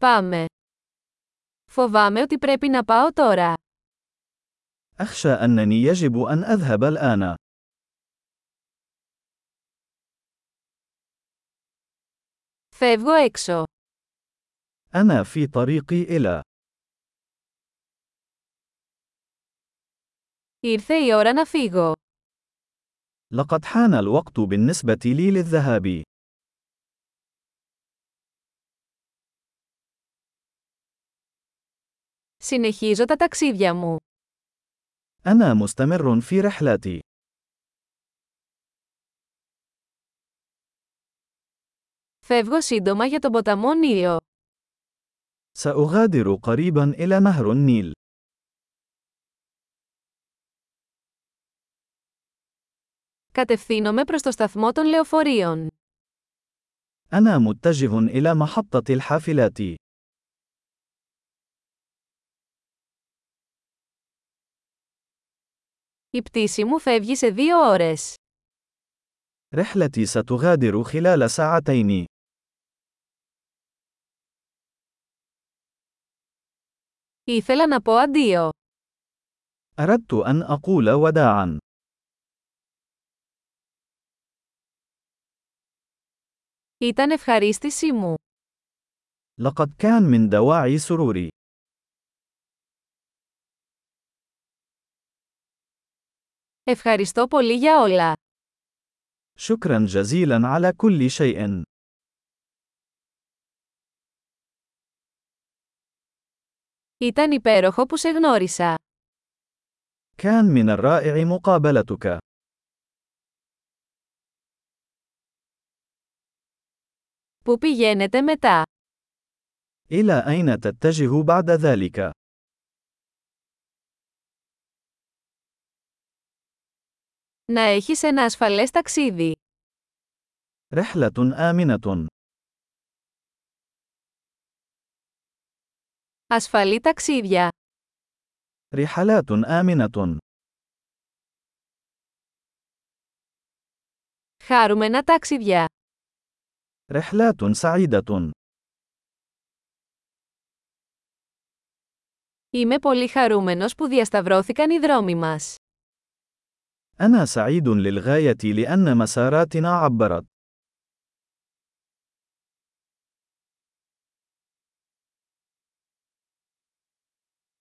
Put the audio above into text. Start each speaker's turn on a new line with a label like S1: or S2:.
S1: Πάμε. Φοβάμαι ότι πρέπει να πάω τώρα.
S2: أخشى أنني يجب أن أذهب الآن.
S1: Φεύγω έξω.
S2: أنا في طريقي إلى.
S1: Ήρθε η ώρα να φύγω.
S2: لقد حان الوقت بالنسبة لي للذهاب.
S1: Συνεχίζω τα ταξίδια μου.
S2: أنا مستمر في رحلتي.
S1: Φεύγω σύντομα για τον ποταμό Νίλο.
S2: سأغادر قريبا إلى نهر النيل.
S1: Κατευθύνομαι προς το σταθμό των λεωφορείων.
S2: أنا متجه إلى محطة الحافلات.
S1: Η πτήση μου φεύγει σε δύο ώρες.
S2: رحلتي ستغادر خلال ساعتين.
S1: Ήθελα να πω αντίο.
S2: أردت أن أقول وداعا.
S1: Ήταν ευχαρίστησή μου.
S2: لقد كان من دواعي سروري.
S1: Ευχαριστώ πολύ για όλα.
S2: شكرا جزيلا على كل شيء.
S1: Ήταν υπέροχο που σε γνώρισα.
S2: كان من الرائع مقابلتك.
S1: Πού πηγαίνετε μετά.
S2: إلى أين تتجه بعد ذلك؟
S1: Να έχεις ένα ασφαλές ταξίδι.
S2: رحلة آمنة.
S1: Ασφαλή ταξίδια.
S2: رحلات آمنة.
S1: Χάρουμενα ταξίδια.
S2: رحلات سعيدة.
S1: Είμαι πολύ χαρούμενος που διασταυρώθηκαν οι δρόμοι μας.
S2: أنا سعيد للغاية لأن مساراتنا عبرت.